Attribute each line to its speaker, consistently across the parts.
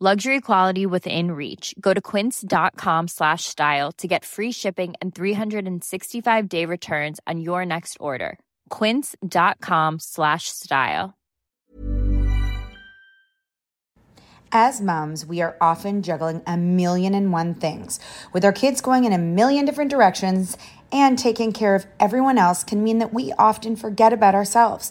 Speaker 1: Luxury quality within reach. Go to quince.com slash style to get free shipping and 365 day returns on your next order. Quince.com slash style.
Speaker 2: As moms, we are often juggling a million and one things. With our kids going in a million different directions and taking care of everyone else can mean that we often forget about ourselves.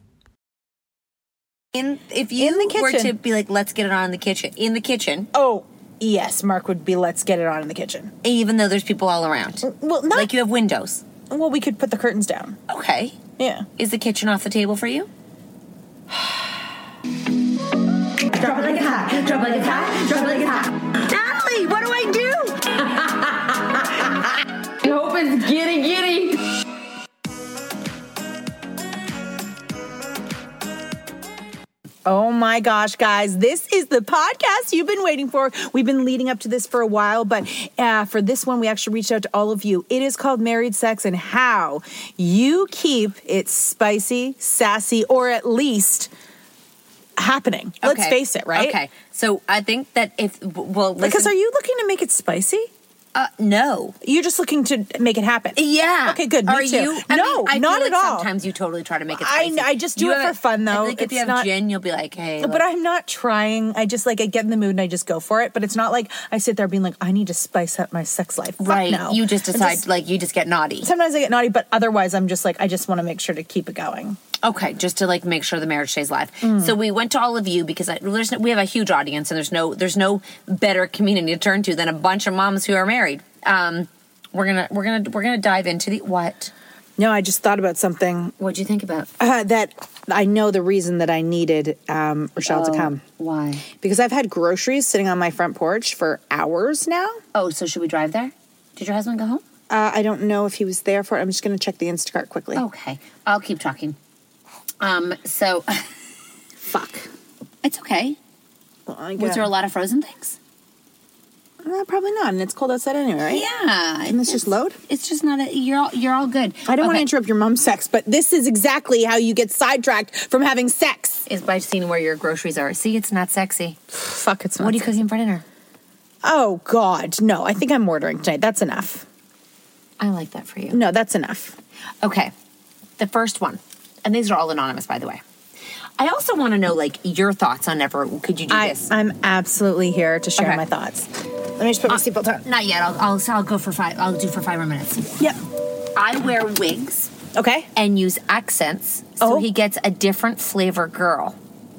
Speaker 3: In if you
Speaker 4: In the
Speaker 3: were to
Speaker 4: kitchen.
Speaker 3: be like, let's get it on in the kitchen. In the kitchen,
Speaker 4: Oh, yes, Mark would be let's get it on in the kitchen.
Speaker 3: even though there's people all around.
Speaker 4: Well, not
Speaker 3: Like you have windows.
Speaker 4: well, we could put the curtains down.
Speaker 3: Okay.
Speaker 4: Yeah.
Speaker 3: Is the kitchen off the table for you?
Speaker 5: Drop it like it's hot. Drop it like it's hot. Drop it like it's hot. Natalie, what do I do? I hope it's giddy giddy.
Speaker 4: Oh my gosh, guys, this is the podcast you've been waiting for. We've been leading up to this for a while, but uh, for this one, we actually reached out to all of you. It is called Married Sex and How You Keep It Spicy, Sassy, or at least happening. Let's
Speaker 3: Okay.
Speaker 4: face it, right?
Speaker 3: Okay. So I think that if well, listen,
Speaker 4: Because are you looking to make it spicy?
Speaker 3: uh, no.
Speaker 4: You're just looking to make it happen.
Speaker 3: Yeah.
Speaker 4: Okay, good. Me
Speaker 3: Are
Speaker 4: too.
Speaker 3: you? I
Speaker 4: no,
Speaker 3: mean, I feel
Speaker 4: not
Speaker 3: like
Speaker 4: at all.
Speaker 3: Sometimes you totally try to make it.
Speaker 4: I-
Speaker 3: spicy.
Speaker 4: I just do
Speaker 3: You
Speaker 4: it
Speaker 3: have
Speaker 4: for fun,
Speaker 3: I feel
Speaker 4: though.
Speaker 3: like if
Speaker 4: It's
Speaker 3: you have
Speaker 4: not-
Speaker 3: gin, you'll be like, hey.
Speaker 4: But I'm not trying. I just like I get in the mood and I just go for it. But it's not like I sit there being like, I need to spice up my sex life. Fuck
Speaker 3: right.
Speaker 4: no.
Speaker 3: You just
Speaker 4: I'm
Speaker 3: decide like you just get naughty.
Speaker 4: sometimes I get naughty, but otherwise I'm just like I just want to make sure to keep it going.
Speaker 3: Okay, just to like make sure the marriage stays live. So we went to all of you because I, there's no, we have a huge audience, and there's no there's no better community to turn to than a bunch of moms who are married. Um, we're gonna we're gonna we're gonna dive into the what.
Speaker 4: No, I just thought about something
Speaker 3: What'd you think about?
Speaker 4: uh, that I know the reason that I needed um, Rochelle
Speaker 3: Oh.
Speaker 4: to come
Speaker 3: Why?
Speaker 4: because I've had groceries sitting on my front porch for hours now.
Speaker 3: Oh, so should we drive there? Did your husband go home?
Speaker 4: Uh, I don't know if he was there for it. I'm just going to check the Instacart quickly.
Speaker 3: Okay, I'll keep talking. Um, so
Speaker 4: fuck!
Speaker 3: it's okay.
Speaker 4: Well, I
Speaker 3: Was
Speaker 4: gotta-
Speaker 3: there a lot of frozen things?
Speaker 4: Uh, probably not, and it's cold outside anyway, right?
Speaker 3: Yeah.
Speaker 4: Can this just load?
Speaker 3: It's just not a. You're all, you're all good.
Speaker 4: I don't want to
Speaker 3: Okay.
Speaker 4: interrupt your mom's sex, but this is exactly how you get sidetracked from having sex.
Speaker 3: Is by seeing where your groceries are. See, it's not sexy.
Speaker 4: Fuck, it's not.
Speaker 3: What are you cooking for dinner?
Speaker 4: Oh God, no! I think I'm ordering tonight. That's enough.
Speaker 3: I like that for you.
Speaker 4: No, that's enough.
Speaker 3: Okay. The first one. And these are all anonymous, by the way. I also want to know, like, your thoughts on ever could you do
Speaker 4: I,
Speaker 3: this?
Speaker 4: I'm absolutely here to share
Speaker 3: Okay.
Speaker 4: my thoughts. Let me just put my seatbelt on.
Speaker 3: Not yet. I'll, I'll I'll go for five. I'll do for five more minutes.
Speaker 4: Yep.
Speaker 3: I wear wigs
Speaker 4: Okay.
Speaker 3: and use accents, so
Speaker 4: Oh.
Speaker 3: he gets a different flavor girl.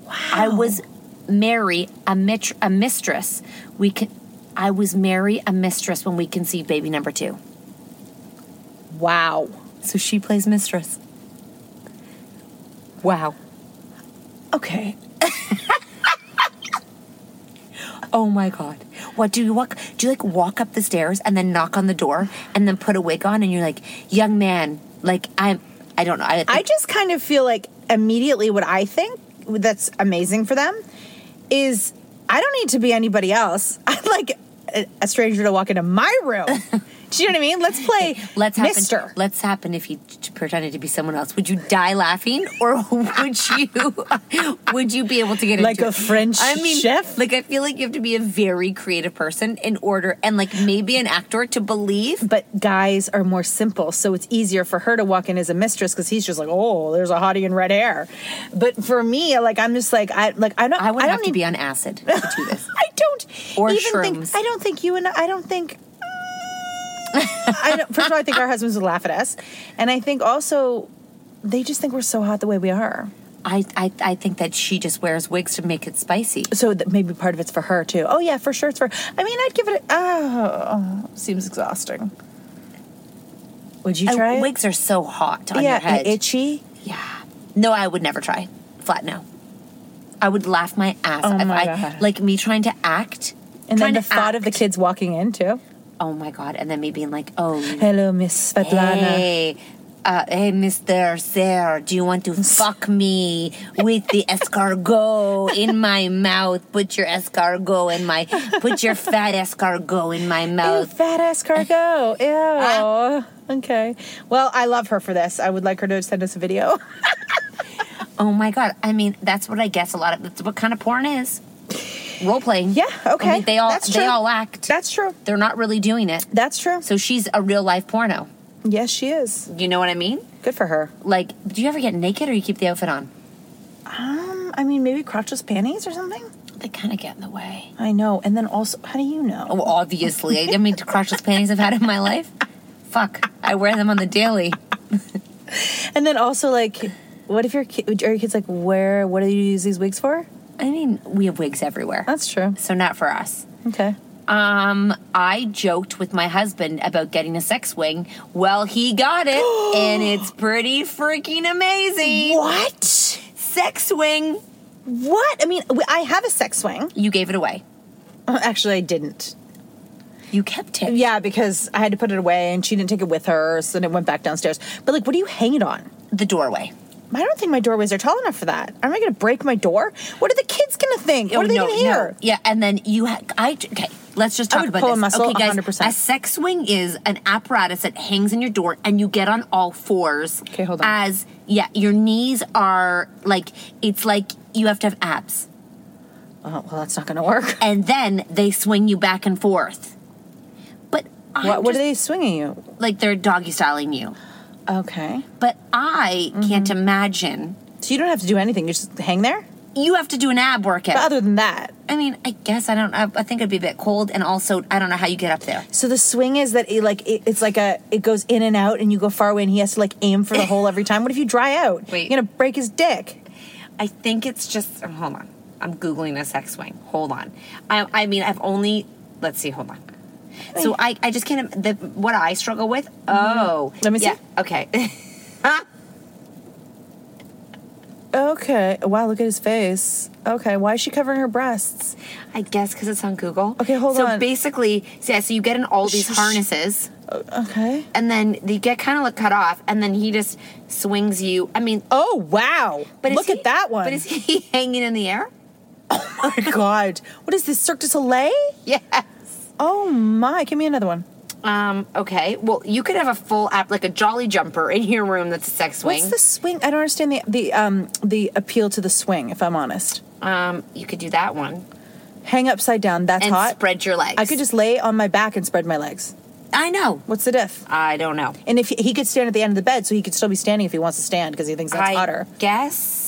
Speaker 3: Wow. I was Mary a mit- a mistress. We can. I was Mary a mistress when we conceived baby number two.
Speaker 4: Wow.
Speaker 3: So she plays mistress. Wow.
Speaker 4: Okay.
Speaker 3: Oh my god. What do you walk do you like walk up the stairs and then knock on the door and then put a wig on and you're like, young man, like I'm I don't know. I,
Speaker 4: I just kind of feel like immediately what I think that's amazing for them is I don't need to be anybody else. I'd like a, a stranger to walk into my room. Do you know what I mean? Let's play
Speaker 3: let's happen
Speaker 4: Mister.
Speaker 3: let's happen if you t- pretended to be someone else. Would you die laughing or would you would you be able to get
Speaker 4: Like
Speaker 3: into
Speaker 4: a
Speaker 3: it?
Speaker 4: French
Speaker 3: I mean,
Speaker 4: chef?
Speaker 3: Like I feel like you have to be a very creative person in order and like maybe an actor to believe
Speaker 4: But guys are more simple, so it's easier for her to walk in as a mistress because he's just like, oh, there's a hottie in red hair. But for me, like I'm just like I like I don't
Speaker 3: I would
Speaker 4: I don't
Speaker 3: have
Speaker 4: need
Speaker 3: to be on acid to do this.
Speaker 4: I don't
Speaker 3: Or
Speaker 4: even
Speaker 3: shrooms.
Speaker 4: think. I don't think you and I don't think. mm, I don't, first of all, I think our husbands would laugh at us, and I think also they just think we're so hot the way we are.
Speaker 3: I, I I think that she just wears wigs to make it spicy.
Speaker 4: So that maybe part of it's for her too. Oh yeah, for sure it's for. I mean, I'd give it. A, oh, seems exhausting. Would you
Speaker 3: And
Speaker 4: try it?
Speaker 3: wigs are so hot on
Speaker 4: yeah,
Speaker 3: your head.
Speaker 4: and itchy.
Speaker 3: Yeah. No, I would never try. Flat no. I would laugh my ass
Speaker 4: Oh
Speaker 3: off.
Speaker 4: my
Speaker 3: I-
Speaker 4: God.
Speaker 3: like me trying to act.
Speaker 4: And then
Speaker 3: trying
Speaker 4: the
Speaker 3: to
Speaker 4: thought of the
Speaker 3: act.
Speaker 4: kids walking in too.
Speaker 3: Oh my god! And then me being like, oh,
Speaker 4: Hello, Miss Svetlana.
Speaker 3: hey, uh, hey, Mister Sir, do you want to fuck me with the escargot in my mouth? Put your escargot in my, put your fat escargot in my
Speaker 4: Ew,
Speaker 3: mouth.
Speaker 4: fat ass cargo. Ew. Ah. Okay. Well, I love her for this. I would like her to send us a video.
Speaker 3: Oh my god! I mean, that's what I guess a lot of. That's what kind of porn is. Role playing.
Speaker 4: Yeah, okay.
Speaker 3: I mean, they all
Speaker 4: That's
Speaker 3: they
Speaker 4: true.
Speaker 3: all act.
Speaker 4: That's true.
Speaker 3: They're not really doing it.
Speaker 4: That's true.
Speaker 3: So she's a real life porno.
Speaker 4: Yes, she is.
Speaker 3: You know what I mean?
Speaker 4: Good for her.
Speaker 3: Like, do you ever get naked or you keep the outfit on?
Speaker 4: Um, I mean, maybe crotchless panties or something.
Speaker 3: They kind of get in the way.
Speaker 4: I know. And then also, how do you know?
Speaker 3: Oh, obviously. I mean, the crotchless panties I've had in my life. Fuck, I wear them on the daily.
Speaker 4: And then also, like, what if your ki- are your kids like, where? What do you use these wigs for?
Speaker 3: I mean, we have wigs everywhere.
Speaker 4: That's true.
Speaker 3: So not for us.
Speaker 4: Okay.
Speaker 3: Um, I joked with my husband about getting a sex wing. Well, he got it, and it's pretty freaking amazing.
Speaker 4: What?
Speaker 3: Sex wing.
Speaker 4: What? I mean, w- I have a sex swing.
Speaker 3: You gave it away.
Speaker 4: Oh, Actually, I didn't.
Speaker 3: You kept it.
Speaker 4: Yeah, because I had to put it away, and she didn't take it with her, so then it went back downstairs. But like, what do you hang it on?
Speaker 3: The doorway.
Speaker 4: I don't think my doorways are tall enough for that. Am I going to break my door? What are the kids going to think? What
Speaker 3: Oh,
Speaker 4: are they
Speaker 3: no,
Speaker 4: going to hear?
Speaker 3: no. Yeah, and then you ha- I okay. Let's just
Speaker 4: I
Speaker 3: talk
Speaker 4: would
Speaker 3: about
Speaker 4: pull a
Speaker 3: this.
Speaker 4: muscle
Speaker 3: okay, guys,
Speaker 4: 100%.
Speaker 3: a sex swing is an apparatus that hangs in your door, and you get on all fours.
Speaker 4: Okay, hold on.
Speaker 3: As yeah, your knees are like it's like you have to have abs,
Speaker 4: Oh, well, that's not going to work.
Speaker 3: and then they swing you back and forth. But I'm
Speaker 4: What, what are
Speaker 3: just-
Speaker 4: they swinging you?
Speaker 3: like they're doggy styling you.
Speaker 4: Okay.
Speaker 3: But I
Speaker 4: Mm-hmm.
Speaker 3: can't imagine.
Speaker 4: So you don't have to do anything. You just hang there?
Speaker 3: You have to do an ab workout.
Speaker 4: But other than that,
Speaker 3: I mean, I guess I don't. I, I think it'd be a bit cold, and also I don't know how you get up there.
Speaker 4: so the swing is that it, like it, it's like a it goes in and out, and you go far away, and he has to like aim for the hole every time. What if you dry out?
Speaker 3: Wait.
Speaker 4: You're gonna break his dick.
Speaker 3: I think it's just. oh, Hold on. I'm googling a sex swing. Hold on. I, I mean, I've only. Let's see. Hold on. So I, I just can't. The, what I struggle with. Oh,
Speaker 4: Let me see.
Speaker 3: Yeah, okay.
Speaker 4: Okay. Wow, look at his face. Okay, why is she covering her breasts?
Speaker 3: I guess because it's on Google.
Speaker 4: Okay, hold
Speaker 3: so
Speaker 4: on.
Speaker 3: So basically, so yeah. So you get in all these
Speaker 4: Shh, shh.
Speaker 3: harnesses,
Speaker 4: Okay.
Speaker 3: and then you get kind of like cut off, and then he just swings you. I mean,
Speaker 4: Oh wow!
Speaker 3: but is
Speaker 4: look
Speaker 3: he-
Speaker 4: at that one.
Speaker 3: But is he hanging in the air?
Speaker 4: oh my god! What is this Cirque du Soleil?
Speaker 3: Yeah.
Speaker 4: Oh my! Give me another one.
Speaker 3: Um, okay. Well, you could have a full app, like a jolly jumper in your room that's a sex swing.
Speaker 4: What's the swing? I don't understand the the um the appeal to the swing. If I'm honest,
Speaker 3: Um, you could do that one.
Speaker 4: hang upside down. That's
Speaker 3: and
Speaker 4: hot.
Speaker 3: spread your legs.
Speaker 4: I could just lay on my back and spread my legs.
Speaker 3: I know.
Speaker 4: What's the diff?
Speaker 3: I don't know.
Speaker 4: And if he, he could stand at the end of the bed, so he could still be standing if he wants to stand because he thinks that's
Speaker 3: I
Speaker 4: hotter.
Speaker 3: guess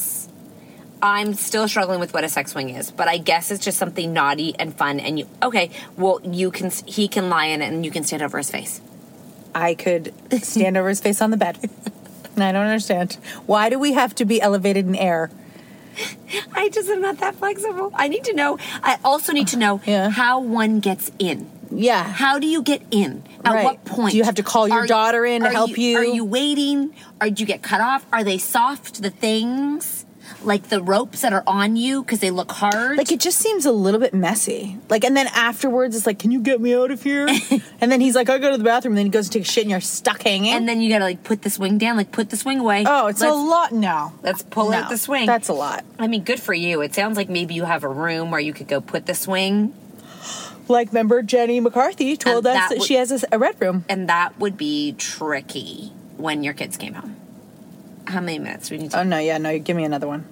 Speaker 3: I'm still struggling with what a sex swing is, but I guess it's just something naughty and fun. And you, okay, well, you can. He can lie in it, and you can stand over his face.
Speaker 4: I could stand over his face on the bed. And I don't understand. Why do we have to be elevated in air?
Speaker 3: I just am not that flexible. I need to know. I also need to know
Speaker 4: Yeah.
Speaker 3: how one gets in.
Speaker 4: Yeah.
Speaker 3: How do you get in? At
Speaker 4: Ah. Right.
Speaker 3: what point?
Speaker 4: Do you have to call your daughter in to
Speaker 3: are
Speaker 4: help you?
Speaker 3: Are you waiting? Or do you get cut off? Are they soft? The things like the ropes that are on you because they look hard.
Speaker 4: Like it just seems a little bit messy. Like and then afterwards it's like, Can you get me out of here? and then he's like, I go to the bathroom, and then he goes to take a shit and you're stuck hanging.
Speaker 3: and then you gotta like put the swing down, like put the swing away.
Speaker 4: Oh, it's a
Speaker 3: Let's-
Speaker 4: lot now.
Speaker 3: Let's pull out the swing.
Speaker 4: That's a lot.
Speaker 3: I mean, good for you. It sounds like maybe you have a room where you could go put the swing,
Speaker 4: Like remember Jenny McCarthy told
Speaker 3: And
Speaker 4: us
Speaker 3: that
Speaker 4: that,
Speaker 3: would-
Speaker 4: she has a, s- a red room.
Speaker 3: and that would be tricky when your kids came home. How many minutes do we need? To-
Speaker 4: Oh no, yeah, no, give me another one.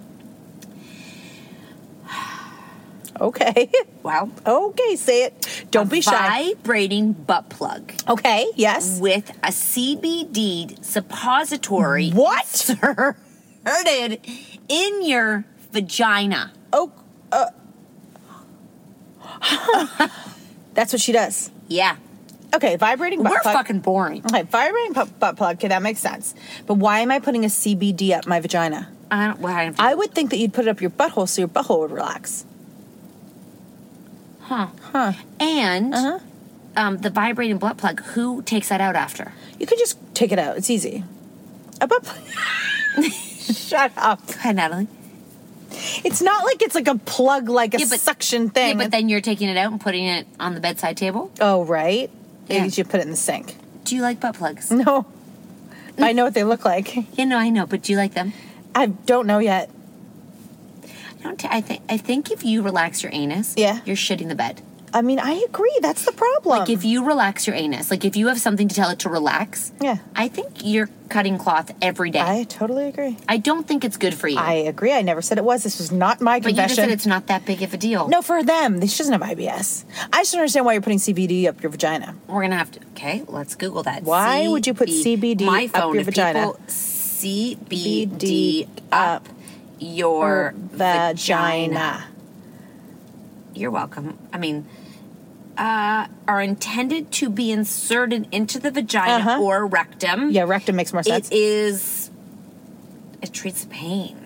Speaker 4: Okay.
Speaker 3: wow.
Speaker 4: okay, say it. Don't be shy.
Speaker 3: Vibrating butt plug.
Speaker 4: Okay, yes.
Speaker 3: with a CBD suppository
Speaker 4: What?
Speaker 3: inserted in your vagina.
Speaker 4: Oh, uh. That's what she does.
Speaker 3: Yeah.
Speaker 4: Okay, vibrating butt
Speaker 3: We're
Speaker 4: plug.
Speaker 3: fucking boring.
Speaker 4: Okay, vibrating pu- butt plug. Okay, that makes sense. But why am I putting a CBD up my vagina?
Speaker 3: I don't, well, I don't
Speaker 4: I would think that you'd put it up your butthole so your butthole would relax.
Speaker 3: and um, the vibrating butt plug, who takes that out after?
Speaker 4: You could just take it out. It's easy. A butt plug. Shut up.
Speaker 3: Hi, Natalie.
Speaker 4: It's not like it's like a plug, like a
Speaker 3: Yeah, but-
Speaker 4: suction thing.
Speaker 3: Yeah, but then you're taking it out and putting it on the bedside table.
Speaker 4: oh, right. Maybe
Speaker 3: Yeah.
Speaker 4: you should put it in the sink.
Speaker 3: Do you like butt plugs?
Speaker 4: No. I know what they look like.
Speaker 3: Yeah, no, I know, but do you like them?
Speaker 4: I don't know yet.
Speaker 3: I don't. T- I think. I think if you relax your anus,
Speaker 4: Yeah.
Speaker 3: you're shitting the bed.
Speaker 4: I mean, I agree. That's the problem.
Speaker 3: Like if you relax your anus, like if you have something to tell it to relax,
Speaker 4: Yeah.
Speaker 3: I think you're cutting cloth every day.
Speaker 4: I
Speaker 3: I,
Speaker 4: totally agree.
Speaker 3: don't think it's good for you.
Speaker 4: I agree. I never said it was. This was not my
Speaker 3: but you just
Speaker 4: confession.
Speaker 3: said it's not that big of a deal.
Speaker 4: no, for them, this doesn't have IBS. I just don't understand why you're putting CBD up your vagina.
Speaker 3: we're gonna have to. Okay, let's Google that.
Speaker 4: Why would you put CBD
Speaker 3: My
Speaker 4: up
Speaker 3: phone
Speaker 4: your
Speaker 3: if
Speaker 4: vagina?
Speaker 3: people CBD up your
Speaker 4: Or
Speaker 3: vagina. You're welcome. I mean, uh, are intended to be inserted into the vagina
Speaker 4: Uh-huh.
Speaker 3: or rectum.
Speaker 4: Yeah, rectum makes more sense.
Speaker 3: It is. It treats pain.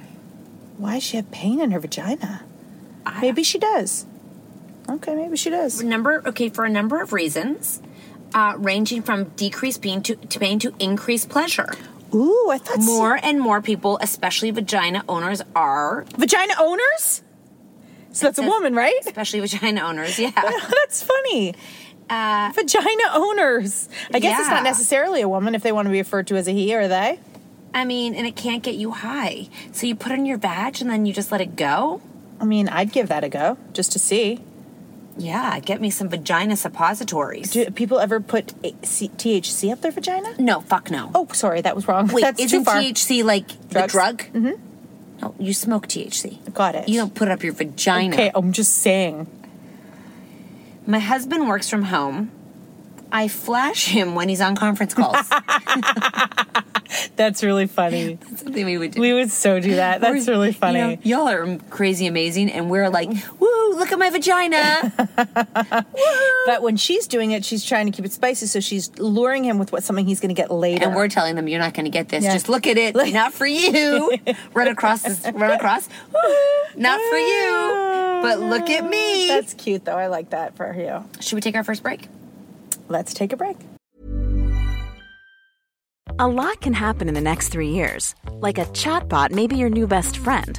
Speaker 4: why does she have pain in her vagina? maybe she does. Okay, maybe she does.
Speaker 3: number okay for a number of reasons uh, ranging from decreased pain to, to pain to increased pleasure
Speaker 4: Ooh, I thought
Speaker 3: more and more people especially vagina owners are
Speaker 4: vagina owners. So that's a woman, right?
Speaker 3: especially vagina owners yeah
Speaker 4: that's funny. vagina owners. I guess it's not
Speaker 3: Uh, yeah.
Speaker 4: necessarily a woman if they want to be referred to as a he or a they.
Speaker 3: I mean, and it can't get you high. So you put on your badge and then you just let it go?
Speaker 4: I mean, I'd give that a go just to see.
Speaker 3: Yeah, get me some vagina suppositories.
Speaker 4: Do people ever put a- C- THC up their vagina?
Speaker 3: no, fuck no.
Speaker 4: Oh, sorry, that was wrong.
Speaker 3: Wait,
Speaker 4: That's
Speaker 3: isn't
Speaker 4: too far.
Speaker 3: THC like
Speaker 4: Drugs?
Speaker 3: the drug? Mm-hmm. No, you smoke THC.
Speaker 4: Got it.
Speaker 3: You don't put up your vagina.
Speaker 4: okay, I'm just saying.
Speaker 3: My husband works from home. I flash him when he's on conference calls.
Speaker 4: That's really funny.
Speaker 3: That's something we would do.
Speaker 4: we would so do that. That's
Speaker 3: Or,
Speaker 4: really
Speaker 3: you
Speaker 4: funny.
Speaker 3: know, y'all are crazy amazing, and we're like, woo, look at my vagina.
Speaker 4: But when she's doing it, she's trying to keep it spicy, so she's luring him with what something he's going to get later.
Speaker 3: and we're telling them, you're not going to get this.
Speaker 4: Yeah.
Speaker 3: Just look at it. Not for you. run across this, run across. Woo, not for you. But look at me.
Speaker 4: That's cute, though. I like that for you.
Speaker 3: Should we take our first break?
Speaker 4: Let's take a break.
Speaker 6: A lot can happen in the next three years. Like a chatbot may be your new best friend.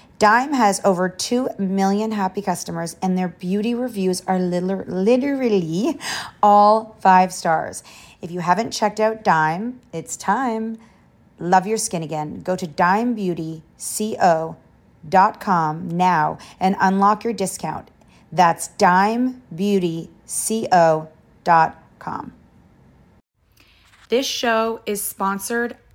Speaker 2: Dime has over 2 million happy customers, and their beauty reviews are liter- literally all five stars. If you haven't checked out Dime, it's time. Love your skin again. Go to dimebeautyco.com now and unlock your discount. That's dimebeautyco.com. This show is sponsored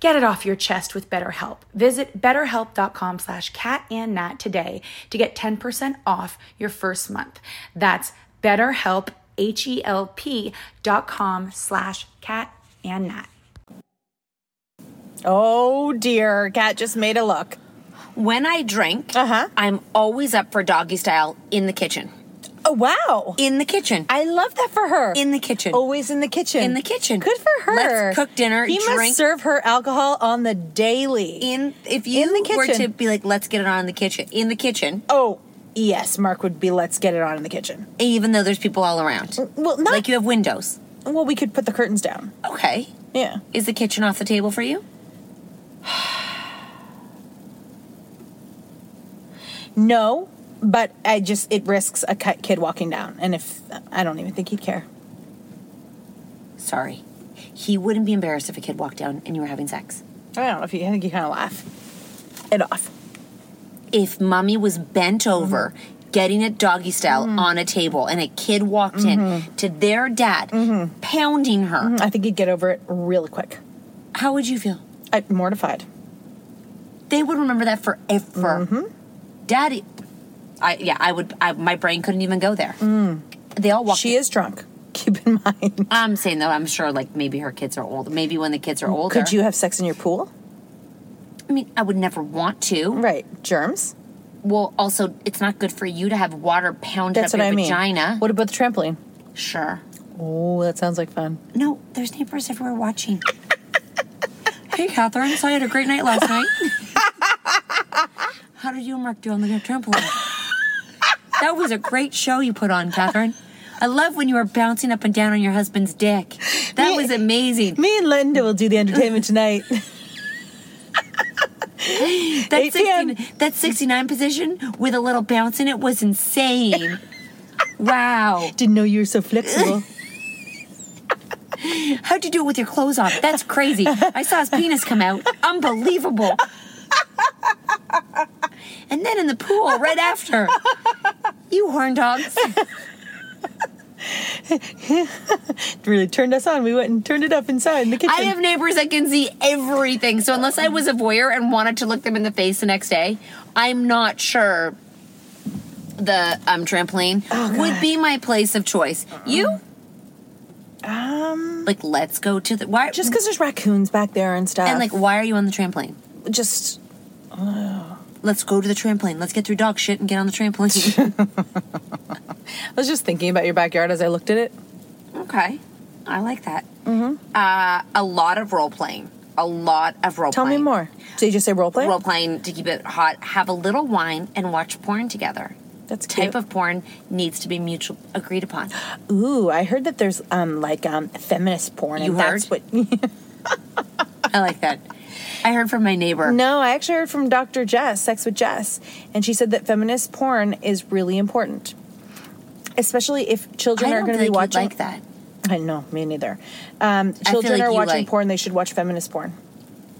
Speaker 7: Get it off your chest with BetterHelp. Visit betterhelp.com slash catandnat today to get 10% off your first month. That's betterhelp, H-E-L-P dot com slash catandnat.
Speaker 4: Oh dear, Kat just made a look.
Speaker 3: When I drink, uh-huh. I'm always up for doggy style in the kitchen.
Speaker 4: Oh wow!
Speaker 3: In the kitchen.
Speaker 4: I love that for her. Oh.
Speaker 3: In the kitchen.
Speaker 4: Always in the kitchen.
Speaker 3: In the kitchen.
Speaker 4: Good for her.
Speaker 3: Let's cook dinner,
Speaker 4: He
Speaker 3: drink.
Speaker 4: must serve her alcohol on the daily.
Speaker 3: in if you
Speaker 4: In the
Speaker 3: were to
Speaker 4: kitchen.
Speaker 3: be like, let's get it on in the kitchen. In the kitchen.
Speaker 4: oh yes, Mark would be. Let's get it on in the kitchen.
Speaker 3: Even though there's people all around.
Speaker 4: Well, not
Speaker 3: Like you have windows.
Speaker 4: Well, we could put the curtains down.
Speaker 3: Okay.
Speaker 4: Yeah.
Speaker 3: Is the kitchen off the table for you?
Speaker 4: No, but I just it risks a ki- kid walking down, and if I don't even think he'd care.
Speaker 3: Sorry. He wouldn't be embarrassed if a kid walked down and you were having sex.
Speaker 4: I don't know if he. I think he kind of laugh it off.
Speaker 3: If mommy was bent
Speaker 4: Mm-hmm.
Speaker 3: over, getting it doggy style on a table, and a kid walked
Speaker 4: Mm-hmm.
Speaker 3: in to their dad, pounding her,
Speaker 4: I think he'd get over it really quick.
Speaker 3: how would you feel?
Speaker 4: I'm mortified.
Speaker 3: They would remember that forever.
Speaker 4: Mm-hmm.
Speaker 3: Daddy, I yeah, I would. I, my brain couldn't even go there. They all walked.
Speaker 4: Mm. She is drunk. Keep in mind.
Speaker 3: I'm saying though, I'm sure like maybe her kids are old. Maybe when the kids are older,
Speaker 4: Could you have sex in your pool?
Speaker 3: I mean, I would never want to.
Speaker 4: Right. Germs.
Speaker 3: Well, also, it's not good for you to have water pounded
Speaker 4: That's
Speaker 3: up
Speaker 4: what
Speaker 3: your
Speaker 4: I mean.
Speaker 3: vagina.
Speaker 4: What about the trampoline?
Speaker 3: Sure.
Speaker 4: Oh, that sounds like fun.
Speaker 3: No, there's neighbors everywhere watching. hey, Catherine. So I had a great night last night. How did you and Mark do on the trampoline? that was a great show you put on, Catherine. I love when you were bouncing up and down on your husband's dick. That was amazing.
Speaker 4: Me and Linda will do the entertainment tonight.
Speaker 3: That,
Speaker 4: 8 p.m.
Speaker 3: 16, that 69 position with a little bounce in it was insane. wow.
Speaker 4: Didn't know you were so flexible.
Speaker 3: How'd you do it with your clothes on? That's crazy. I saw his penis come out. Unbelievable. And then in the pool right after. You horn dogs.
Speaker 4: It really turned us on. We went and turned it up inside in the kitchen.
Speaker 3: I have neighbors that can see everything. So unless I was a voyeur and wanted to look them in the face the next day, I'm not sure the um, trampoline would be my place of choice. You? Um like let's go to the why
Speaker 4: just because there's raccoons back there and stuff.
Speaker 3: and like why are you on the trampoline?
Speaker 4: just
Speaker 3: Let's go to the trampoline. Let's get through dog shit and get on the trampoline.
Speaker 4: I was just thinking about your backyard as I looked at it.
Speaker 3: okay. I like that.
Speaker 4: Mm-hmm.
Speaker 3: Uh, a lot of role playing. A lot of role
Speaker 4: Tell
Speaker 3: playing.
Speaker 4: me more. So you just say role play?
Speaker 3: Role playing to keep it hot. Have a little wine and watch porn together.
Speaker 4: That's
Speaker 3: type
Speaker 4: cute.
Speaker 3: of porn needs to be mutual agreed upon.
Speaker 4: Ooh, I heard that there's um like um feminist porn.
Speaker 3: You
Speaker 4: and That's
Speaker 3: heard?
Speaker 4: what.
Speaker 3: I like that. I heard from my neighbor.
Speaker 4: no, I actually heard from Dr. Jess, Sex with Jess, and she said that feminist porn is really important, especially if
Speaker 3: I
Speaker 4: children are
Speaker 3: don't
Speaker 4: going to
Speaker 3: feel
Speaker 4: be
Speaker 3: like you'd
Speaker 4: watching.
Speaker 3: like that.
Speaker 4: I know, me neither. Um, children
Speaker 3: like
Speaker 4: are
Speaker 3: you
Speaker 4: watching
Speaker 3: like-
Speaker 4: porn; they should watch feminist porn.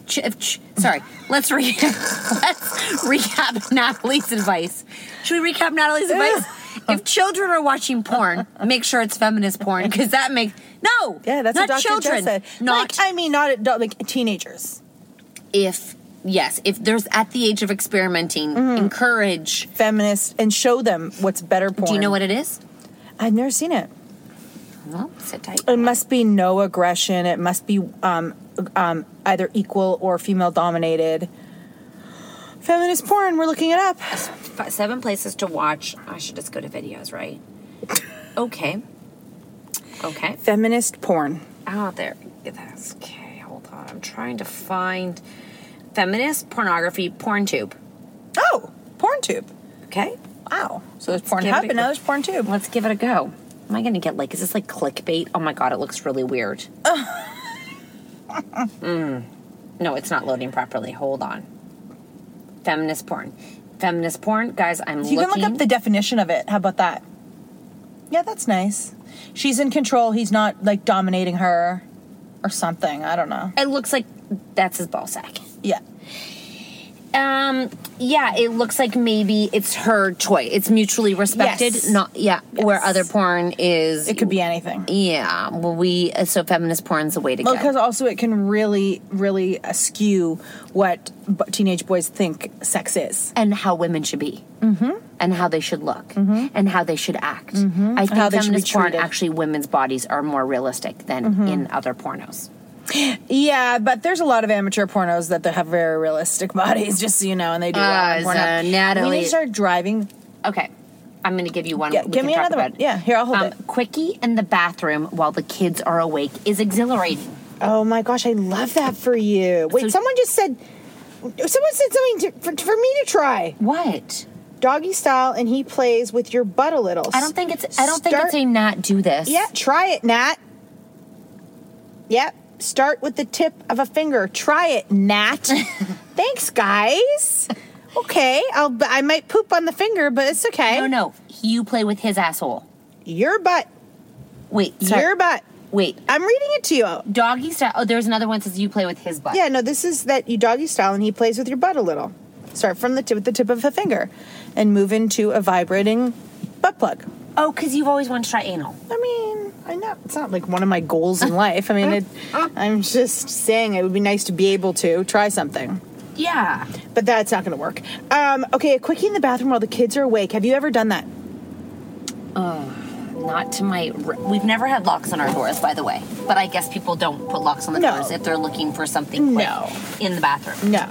Speaker 3: Ch- if ch- sorry, let's re- let's recap Natalie's advice. Should we recap Natalie's advice? If children are watching porn, make sure it's feminist porn because that makes no.
Speaker 4: Yeah, that's
Speaker 3: not
Speaker 4: what Dr.
Speaker 3: children.
Speaker 4: Jess said.
Speaker 3: Not
Speaker 4: like, I mean, not adult, like teenagers.
Speaker 3: if yes, if there's at the age of experimenting, encourage.
Speaker 4: feminist and show them what's better porn.
Speaker 3: Do you know what it is?
Speaker 4: I've never seen it.
Speaker 3: Well, sit tight.
Speaker 4: It must be no aggression. It must be um, um, either equal or female dominated. Feminist porn. We're looking it up.
Speaker 3: F- seven places to watch. I should just go to videos, right? Okay. Okay.
Speaker 4: Feminist porn.
Speaker 3: Oh, there. That's okay. Hold on. I'm trying to find feminist pornography porn tube.
Speaker 4: Oh, PornTube.
Speaker 3: Okay.
Speaker 4: Wow. So there's
Speaker 3: Give it
Speaker 4: Pornhub
Speaker 3: a
Speaker 4: and now there's PornTube.
Speaker 3: Let's give it a go. Am I going to get like, is this like clickbait? Oh my God, it looks really weird. mm. No, it's not loading properly. Hold on. Feminist porn. Feminist porn, guys. I'm
Speaker 4: You
Speaker 3: looking.
Speaker 4: can look up the definition of it. How about that? Yeah, that's nice. She's in control. He's not like dominating her or something. I don't know.
Speaker 3: It looks like that's his ball sack.
Speaker 4: Yeah.
Speaker 3: Um. Yeah, it looks like maybe it's her toy. It's mutually respected.
Speaker 4: Yes.
Speaker 3: Not yeah. Where other porn is, it
Speaker 4: could be anything.
Speaker 3: Yeah. Well, we uh, so feminist porn's the way to
Speaker 4: Well,
Speaker 3: go.
Speaker 4: because also it can really, really uh, skew what b- teenage boys think sex is
Speaker 3: and how women should be.
Speaker 4: Mm-hmm.
Speaker 3: and how they should look and how they should act. I think
Speaker 4: How they should be
Speaker 3: feminist porn
Speaker 4: treated.
Speaker 3: actually women's bodies are more realistic than
Speaker 4: Mhm.
Speaker 3: in other pornos.
Speaker 4: Yeah, but there's a lot of amateur pornos that they have very realistic bodies, just so you know, and they do.
Speaker 3: Ah,
Speaker 4: that on Pornhub.
Speaker 3: so Natalie-
Speaker 4: we need to start driving.
Speaker 3: Okay, I'm going to give you one.
Speaker 4: Yeah,
Speaker 3: we
Speaker 4: give
Speaker 3: can
Speaker 4: me
Speaker 3: talk
Speaker 4: another
Speaker 3: about
Speaker 4: one.
Speaker 3: it.
Speaker 4: Yeah, here I'll hold
Speaker 3: Um,
Speaker 4: it.
Speaker 3: Quickie in the bathroom while the kids are awake is exhilarating.
Speaker 4: Oh my gosh, I love that for you. Wait, someone just said, someone said something to, for, for me to try.
Speaker 3: What?
Speaker 4: Doggy style, and he plays with your butt a little.
Speaker 3: I don't think it's. I don't think it's
Speaker 4: Start-
Speaker 3: a not do this.
Speaker 4: Yeah, try it, Nat. Yep. Start with the tip of a finger. Try it, Nat. Thanks, guys. Okay, I'll. b- I might poop on the finger, but it's okay. No,
Speaker 3: no. You play with his asshole.
Speaker 4: Your butt.
Speaker 3: Wait. sorry.
Speaker 4: Your butt.
Speaker 3: Wait.
Speaker 4: I'm reading it to you.
Speaker 3: Doggy style. Oh, there's another one that says you play with his butt.
Speaker 4: Yeah, no. This is that you doggy style, and he plays with your butt a little. Start from the tip with the tip of a finger, and move into a vibrating butt plug.
Speaker 3: Oh, because you've always wanted to try anal.
Speaker 4: I mean, I know it's not like one of my goals in life. I mean, it, I'm just saying it would be nice to be able to try something.
Speaker 3: Yeah.
Speaker 4: But that's not going to work. Um, okay, a quickie in the bathroom while the kids are awake. Have you ever done that?
Speaker 3: Oh, not to my. r- We've never had locks on our doors, by the way. But I guess people don't put locks on the doors if they're looking for something quick
Speaker 4: No.
Speaker 3: in the bathroom.
Speaker 4: No.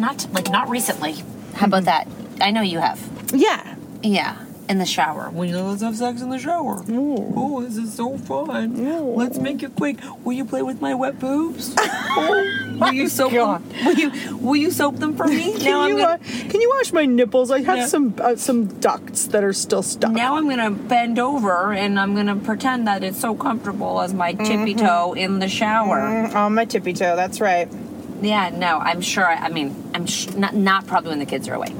Speaker 3: Not like not recently. How about that? I know you have.
Speaker 4: Yeah.
Speaker 3: Yeah. In the shower. We
Speaker 8: let's have sex in the shower. Oh, this is so fun. Let's make it quick. Will you play with my wet boobs? oh, will you soak them? Will you will you soap them for me?
Speaker 4: Can you
Speaker 8: I'm gonna,
Speaker 4: uh, can you wash my nipples? I have
Speaker 8: No.
Speaker 4: some uh, some ducts that are still stuck.
Speaker 8: now I'm gonna bend over and I'm gonna pretend that it's so comfortable as my tippy
Speaker 4: Mhm.
Speaker 8: toe in the shower.
Speaker 4: Mm, on my tippy toe. That's right.
Speaker 3: Yeah. No, I'm sure. I, I mean, I'm sh- not not probably when the kids are awake.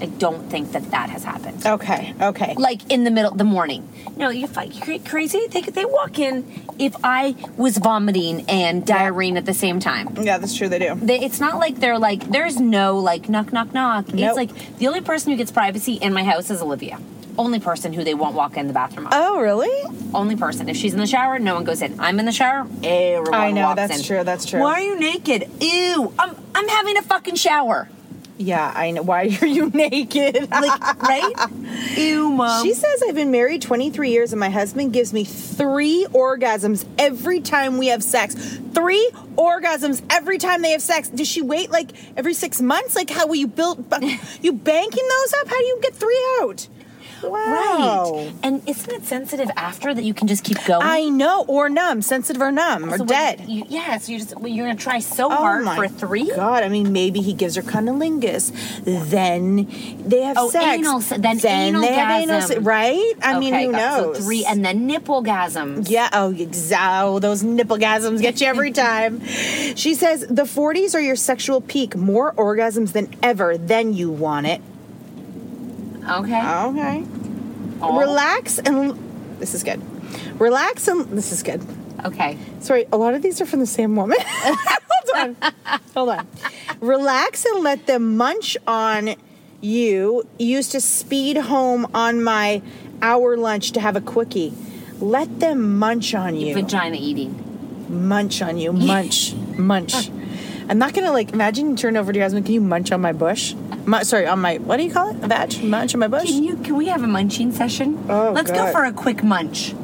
Speaker 3: I don't think that that has happened.
Speaker 4: Okay. Okay.
Speaker 3: Like in the middle, the morning. No, you fight. You're crazy. They they walk in. If I was vomiting and diarrhea at the same time.
Speaker 4: Yeah, that's true. They do.
Speaker 3: They, it's not like they're like there's no like knock knock knock.
Speaker 4: Nope.
Speaker 3: It's like the only person who gets privacy in my house is Olivia. Only person who they won't walk in the bathroom. On.
Speaker 4: Oh, really?
Speaker 3: Only person. If she's in the shower, no one goes in. I'm in the shower. Everyone
Speaker 4: I know,
Speaker 3: walks
Speaker 4: that's
Speaker 3: in.
Speaker 4: true, that's true.
Speaker 3: Why are you naked? Ew. I'm I'm having a fucking shower.
Speaker 4: Yeah, I know. Why are you naked?
Speaker 3: Like, right? Ew, mom.
Speaker 4: She says I've been married 23 years and my husband gives me three orgasms every time we have sex. Three orgasms every time they have sex. Does she wait like every six months? Like, how will you build? bu- you banking those up? How do you get three out? Wow.
Speaker 3: Right. And isn't it sensitive after that you can just keep going?
Speaker 4: I know, or numb, sensitive or numb, or
Speaker 3: So when
Speaker 4: dead. Oh
Speaker 3: You, yeah, so you're just well, you're gonna try so hard for three.
Speaker 4: God, I mean, maybe he gives her cunnilingus. Then they have
Speaker 3: Oh,
Speaker 4: sex.
Speaker 3: anal se- then
Speaker 4: they have anal,
Speaker 3: analgasm.
Speaker 4: se- right? I mean,
Speaker 3: Okay,
Speaker 4: who
Speaker 3: got- so
Speaker 4: knows?
Speaker 3: three and then nipplegasms.
Speaker 4: Yeah. Oh, exactly. Oh, those nipplegasms get you every time. she says the 40s are your sexual peak. More orgasms than ever. Then you want it.
Speaker 3: Okay.
Speaker 4: Okay.
Speaker 3: Oh.
Speaker 4: Relax and this is good. Relax and this is good.
Speaker 3: Okay.
Speaker 4: Sorry, a lot of these are from the same woman. Hold on. Hold on. Relax and let them munch on you. Used to speed home on my hour lunch to have a quickie. Let them munch on you.
Speaker 3: Vagina eating.
Speaker 4: Munch on you. Munch. munch. I'm not gonna like imagine you turn over to your husband. Can you munch on my bush? Mu- sorry, on my what do you call it? A vag? Munch on my bush? Can
Speaker 3: you can we have a munching session?
Speaker 4: Oh,
Speaker 3: Let's go
Speaker 4: God.
Speaker 3: for a quick munch.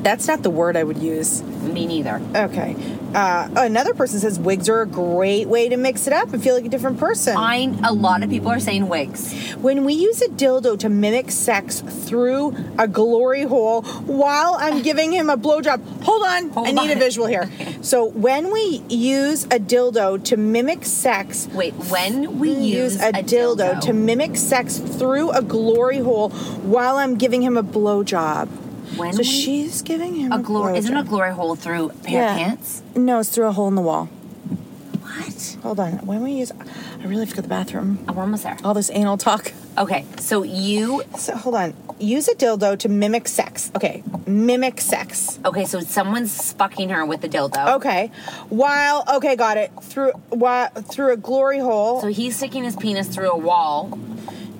Speaker 4: That's not the word I would use.
Speaker 3: Me neither.
Speaker 4: Okay. Uh, another person says wigs are a great way to mix it up and feel like a different person.
Speaker 3: I a lot of people are saying wigs.
Speaker 4: When we use a dildo to mimic sex through a glory hole while I'm giving him a blowjob. Hold on, I need a visual here. So when we use a dildo to mimic sex,
Speaker 3: wait, when we use
Speaker 4: a, dildo, to mimic sex through a glory hole while I'm giving him a blowjob.
Speaker 3: When
Speaker 4: so
Speaker 3: we-
Speaker 4: she's giving him
Speaker 3: A
Speaker 4: a,
Speaker 3: glory isn't a
Speaker 4: blowjob.
Speaker 3: glory hole through pair of pants?
Speaker 4: No, it's through a hole in the wall.
Speaker 3: Right.
Speaker 4: Hold on. When we use, I really have to go to the bathroom.
Speaker 3: I'm almost there.
Speaker 4: All this anal talk.
Speaker 3: Okay, so you.
Speaker 4: So hold on. Use a dildo to mimic sex. Okay, mimic sex.
Speaker 3: Okay, so someone's fucking her with the dildo.
Speaker 4: Okay, while okay, got it through while, through a glory hole.
Speaker 3: So he's sticking his penis through a wall.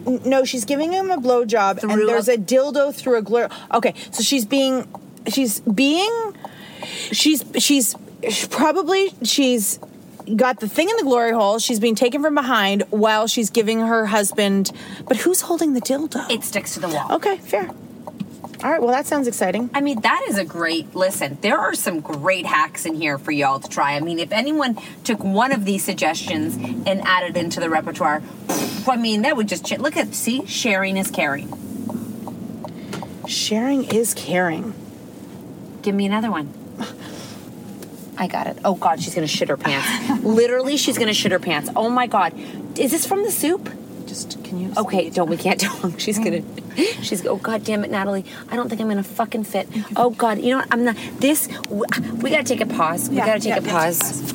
Speaker 4: N- No, she's giving him a blowjob, and
Speaker 3: Through
Speaker 4: there's
Speaker 3: a-
Speaker 4: a dildo through a glory. Okay, so she's being, she's being, she's she's probably she's got the thing in the glory hole. She's being taken from behind while she's giving her husband. But who's holding the dildo?
Speaker 3: It sticks to the wall.
Speaker 4: Okay, fair. All right. Well, that sounds exciting.
Speaker 3: I mean, that is a great listen. There are some great hacks in here for y'all to try. I mean, if anyone took one of these suggestions and added into the repertoire, I mean, that would just ch- look at see sharing is caring.
Speaker 4: Sharing is caring.
Speaker 3: Give me another one. I got it. Oh God, she's gonna shit her pants. Literally, she's gonna shit her pants. Oh my God, is this from the soup?
Speaker 4: Just can you?
Speaker 3: Okay, don't. We can't talk. She's gonna. She's. Oh God damn it, Natalie. I don't think I'm gonna fucking fit. Oh God, you know what? I'm not. This. w- We gotta take a pause. We
Speaker 4: Yeah,
Speaker 3: gotta take
Speaker 4: yeah,
Speaker 3: a
Speaker 4: yeah,
Speaker 3: pause.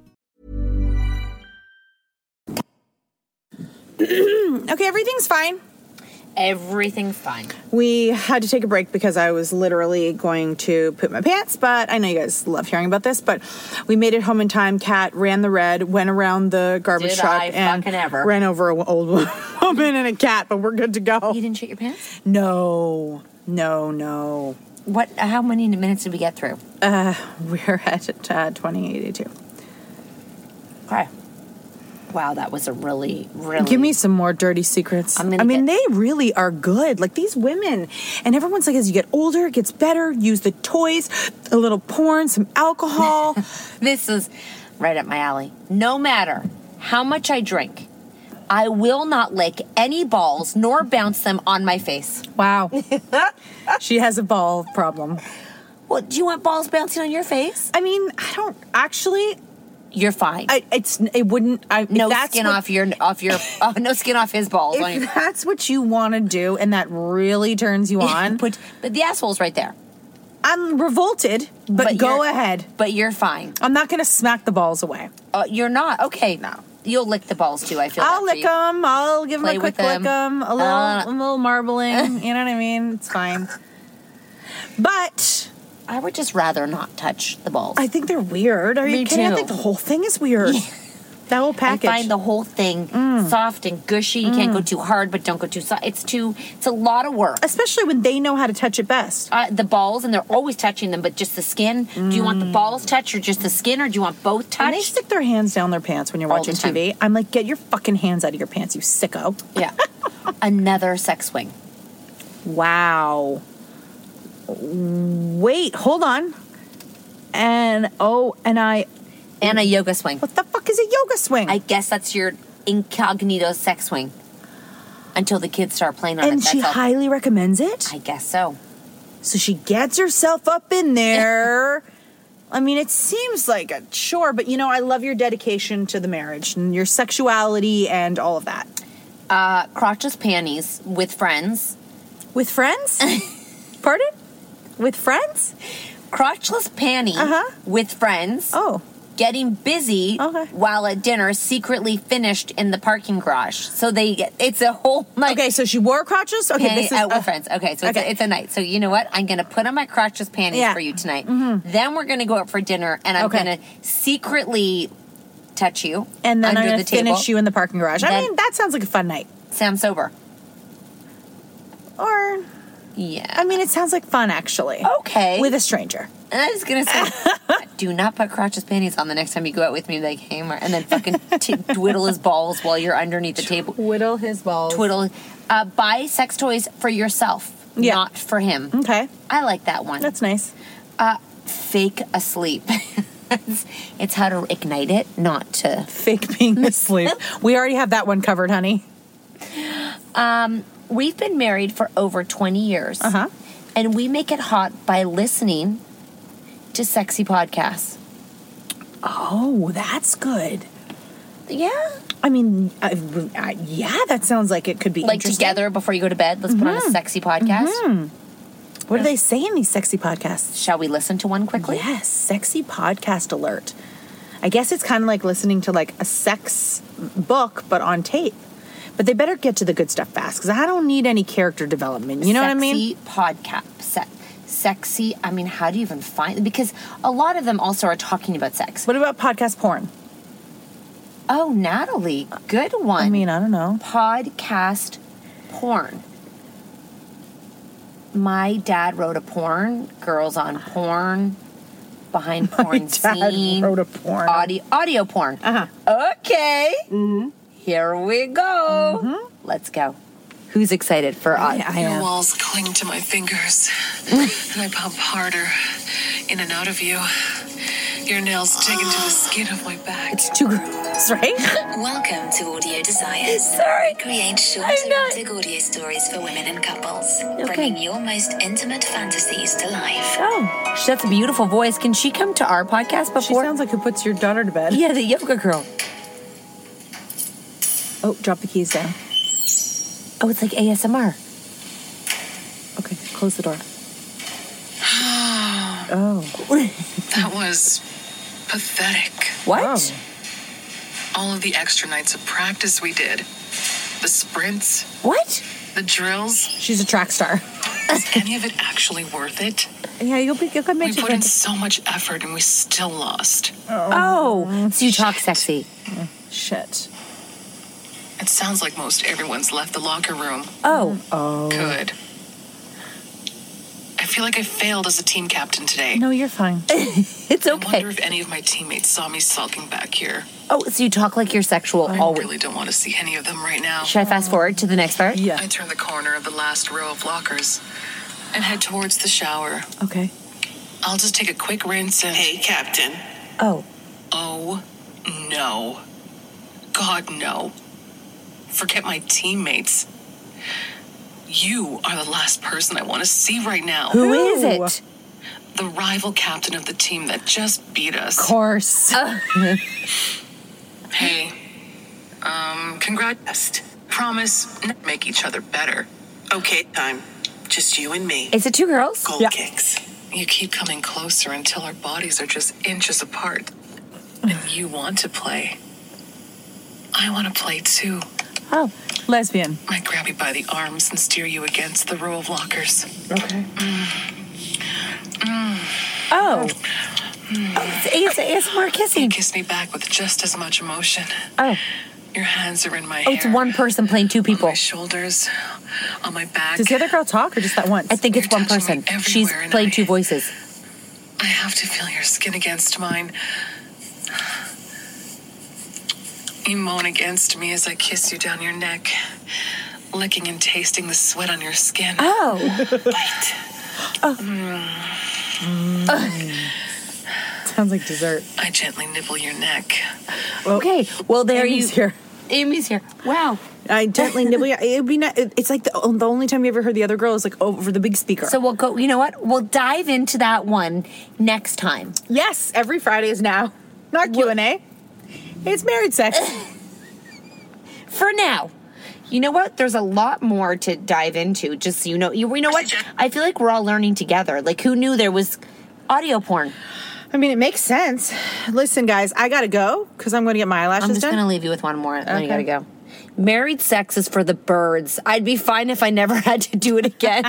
Speaker 4: okay, everything's fine.
Speaker 3: Everything's fine.
Speaker 4: We had to take a break because I was literally going to poop my pants, but I know you guys love hearing about this, but we made it home in time. Cat ran the red, went around the garbage
Speaker 3: Did
Speaker 4: truck,
Speaker 3: I
Speaker 4: and
Speaker 3: fucking ever.
Speaker 4: ran over an old woman and a cat, but we're good to go. You
Speaker 3: didn't shit your pants?
Speaker 4: No, no, no.
Speaker 3: What? How many minutes did we get through?
Speaker 4: Uh, we're at uh, 2082.
Speaker 3: Okay. Wow, that was a really, really.
Speaker 4: Give me some more dirty secrets. I mean, they really are good. Like these women, and everyone's like, as you get older, it gets better. Use the toys, a little porn, some alcohol.
Speaker 3: this is right up my alley. No matter how much I drink, I will not lick any balls nor bounce them on my face.
Speaker 4: Wow. she has a ball problem.
Speaker 3: Well, do you want balls bouncing on your face?
Speaker 4: I mean, I don't actually.
Speaker 3: You're fine.
Speaker 4: I, it's it wouldn't. I
Speaker 3: no
Speaker 4: if that's
Speaker 3: skin
Speaker 4: what-
Speaker 3: off your off your oh, no skin off his balls. on your,
Speaker 4: If that's what you want to do, and that really turns you on,
Speaker 3: but but the asshole's right there.
Speaker 4: I'm revolted. But,
Speaker 3: But
Speaker 4: go
Speaker 3: you're-
Speaker 4: ahead.
Speaker 3: But you're fine.
Speaker 4: I'm not gonna smack the balls away.
Speaker 3: Uh, you're not okay. No, you'll lick the balls too. I feel.
Speaker 4: I'll
Speaker 3: that for
Speaker 4: lick
Speaker 3: you.
Speaker 4: them. I'll give
Speaker 3: Play
Speaker 4: them a quick
Speaker 3: with
Speaker 4: lick
Speaker 3: 'em.
Speaker 4: them. A little,
Speaker 3: Uh.
Speaker 4: a little marbling. you know what I mean? It's fine. But
Speaker 3: I would just rather not touch the balls.
Speaker 4: I think they're weird. Are
Speaker 3: Me
Speaker 4: you kidding? I
Speaker 3: too.
Speaker 4: think the whole thing is weird. That whole package.
Speaker 3: I find the whole thing soft and gushy. You can't go too hard, but don't go too soft. It's too. It's a lot of work.
Speaker 4: Especially when they know how to touch it best.
Speaker 3: Uh, the balls, and they're always touching them, but just the skin. Do you want the balls touched or just the skin, or do you want both
Speaker 4: When Mm. they
Speaker 3: touched?
Speaker 4: stick their hands down their pants when you're
Speaker 3: All the
Speaker 4: watching TV, I'm like, get your fucking hands out of your pants, you sicko.
Speaker 3: yeah. Another sex swing.
Speaker 4: Wow. Wait, hold on. And oh, and I.
Speaker 3: And a yoga swing.
Speaker 4: What the fuck is a yoga swing?
Speaker 3: I guess that's your incognito sex swing. Until the kids start playing on it.
Speaker 4: and
Speaker 3: That's
Speaker 4: she
Speaker 3: all.
Speaker 4: highly recommends it.
Speaker 3: I guess so.
Speaker 4: So she gets herself up in there. I mean, it seems like a chore, but you know, I love your dedication to the marriage and your sexuality and all of that.
Speaker 3: Uh, crotchless panties with friends.
Speaker 4: With friends? Pardon? With friends?
Speaker 3: Crotchless panty with friends.
Speaker 4: Uh-huh. Oh.
Speaker 3: Getting busy while at dinner, secretly finished in the parking garage. So they, it's a whole night. Okay,
Speaker 4: so she wore crotchless? Okay, this is-
Speaker 3: out
Speaker 4: uh,
Speaker 3: with friends. Okay, so It's,
Speaker 4: okay.
Speaker 3: a, it's a night. So you know what? I'm going to put on my crotchless panties
Speaker 4: Yeah.
Speaker 3: for you tonight.
Speaker 4: Mhm.
Speaker 3: Then we're going to go out for dinner and I'm
Speaker 4: Okay.
Speaker 3: going to secretly touch you.
Speaker 4: And then
Speaker 3: under
Speaker 4: I'm going
Speaker 3: the
Speaker 4: to
Speaker 3: table.
Speaker 4: finish you in the parking garage. I
Speaker 3: Then-
Speaker 4: mean, that sounds like a fun night.
Speaker 3: Sounds sober.
Speaker 4: Or.
Speaker 3: Yeah.
Speaker 4: I mean, it sounds like fun, actually.
Speaker 3: Okay.
Speaker 4: With a stranger.
Speaker 3: And I was gonna say, do not put crotchless panties on the next time you go out with me. Like, hey, Mar-, and then fucking t- twiddle his balls while you're underneath the table.
Speaker 4: Twiddle his balls.
Speaker 3: Twiddle. Uh, buy sex toys for yourself, not for him.
Speaker 4: Okay.
Speaker 3: I like that one.
Speaker 4: That's nice.
Speaker 3: Uh, fake asleep. it's, it's how to ignite it, not to
Speaker 4: fake being asleep. we already have that one covered, honey.
Speaker 3: Um, we've been married for over 20 years. Uh huh. And we make it hot by listening to sexy podcasts.
Speaker 4: Oh, that's good.
Speaker 3: Yeah.
Speaker 4: I mean, I, I, yeah, that sounds like it could be
Speaker 3: Like
Speaker 4: interesting.
Speaker 3: together before you go to bed, let's put on a sexy podcast.
Speaker 4: What do they say in these sexy podcasts?
Speaker 3: Shall we listen to one quickly?
Speaker 4: Yes, sexy podcast alert. I guess it's kind of like listening to like a sex book, but on tape. But they better get to the good stuff fast because I don't need any character development. You know what I mean?
Speaker 3: Sexy podcast. Se- sexy. I mean, how do you even find? Because a lot of them also are talking about sex.
Speaker 4: What about podcast porn?
Speaker 3: Oh, Natalie, good one. I mean,
Speaker 4: I don't know.
Speaker 3: Podcast porn. My dad wrote a porn. Girls on porn. Behind porn
Speaker 4: dad
Speaker 3: scene.
Speaker 4: wrote a porn.
Speaker 3: Audio, audio porn. Uh-huh. Okay.
Speaker 4: Mm-hmm.
Speaker 3: Here we go. Let's go. Who's excited for audio?
Speaker 9: Your walls cling to my fingers, and I pump harder in and out of you. Your nails dig into the skin of my back. It's
Speaker 4: two girls, right?
Speaker 7: Welcome to Audio Desires.
Speaker 3: Sorry.
Speaker 7: Create short, erotic audio stories for women and couples, bringing your most intimate fantasies to life.
Speaker 3: Oh, she- that's a beautiful voice. Can she come to our podcast before? She sounds
Speaker 4: like who puts your daughter to bed.
Speaker 3: Yeah, the yoga girl.
Speaker 4: Oh, drop the keys down.
Speaker 3: Oh, it's like ASMR.
Speaker 4: Okay, close the door. Oh.
Speaker 9: That was pathetic.
Speaker 4: Oh.
Speaker 3: What?
Speaker 9: All of the extra nights of practice we did, the sprints.
Speaker 3: What?
Speaker 9: The drills.
Speaker 4: She's a track star.
Speaker 9: Was any of it actually worth it?
Speaker 4: Yeah, you'll be you'll
Speaker 9: We put in so much effort and we still lost.
Speaker 3: Oh, so you talk sexy.
Speaker 4: Shit.
Speaker 9: It sounds like most everyone's left the locker room.
Speaker 3: Oh.
Speaker 4: Oh.
Speaker 9: Good. I feel like I failed as a team captain today.
Speaker 4: No, you're fine. Mm.
Speaker 3: it's
Speaker 9: okay. I wonder if any of my teammates saw me sulking back here.
Speaker 3: Oh, so you talk like you're sexual
Speaker 9: I
Speaker 3: always.
Speaker 9: really don't want to see any of them right now.
Speaker 3: Should I fast forward to the next part?
Speaker 9: I turn the corner of the last row of lockers and head towards the shower.
Speaker 4: Okay.
Speaker 9: I'll just take a quick rinse and. Hey, Captain.
Speaker 3: Oh.
Speaker 9: Oh, no. God, no. Forget my teammates. You are the last person I want to see right now.
Speaker 3: Who is it?
Speaker 9: The rival captain of the team that just beat us.
Speaker 4: course.
Speaker 9: Hey, um, congrats. Promise, n- make each other better. Okay, time. Just you and me.
Speaker 3: Is it two girls?
Speaker 9: Goal kicks. You keep coming closer until our bodies are just inches apart. And you want to play. I want to play too.
Speaker 4: Oh, lesbian.
Speaker 9: I grab you by the arms and steer you against the row of lockers.
Speaker 4: Okay.
Speaker 9: Hmm.
Speaker 3: Oh. It's, it's ASMR kissing.
Speaker 9: You kiss me back with just as much emotion.
Speaker 3: Oh.
Speaker 9: Your hands are in my
Speaker 3: Oh,
Speaker 9: hair.
Speaker 3: it's one person playing two people.
Speaker 9: Oh shoulders, on my back.
Speaker 4: Does the other girl talk or just that once?
Speaker 3: I think it's one person. She's playing two voices.
Speaker 9: I have to feel your skin against mine. You moan against me as I kiss you down your neck, licking and tasting the sweat on your skin.
Speaker 3: Oh.
Speaker 9: Bite.
Speaker 4: Sounds like dessert.
Speaker 9: I gently nibble your neck.
Speaker 3: okay. Well, there you.
Speaker 4: Here.
Speaker 3: Amy's here. Wow.
Speaker 4: I gently nibble. your- It would be not, It's like the, the only time you ever heard the other girl is like over the big speaker.
Speaker 3: So we'll go. You know what? We'll dive into that one next time.
Speaker 4: Yes, every Friday is now. Not Q and A. It's married sex.
Speaker 3: For now. You know what? There's a lot more to dive into. Just so you know, you, you know what? I feel like we're all learning together. Like who knew there was audio porn?
Speaker 4: I mean, it makes sense. Listen, guys, I gotta go because I'm gonna get my eyelashes
Speaker 3: I'm just
Speaker 4: done.
Speaker 3: gonna leave you with one more. and Then you
Speaker 4: Okay.
Speaker 3: gotta go. Married sex is for the birds. I'd be fine if I never had to do it again.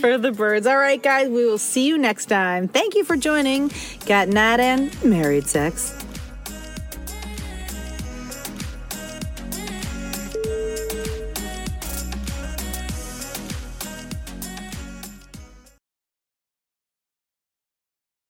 Speaker 4: for the birds. All right, guys, we will see you next time. Thank you for joining. Got Nat and Married Sex.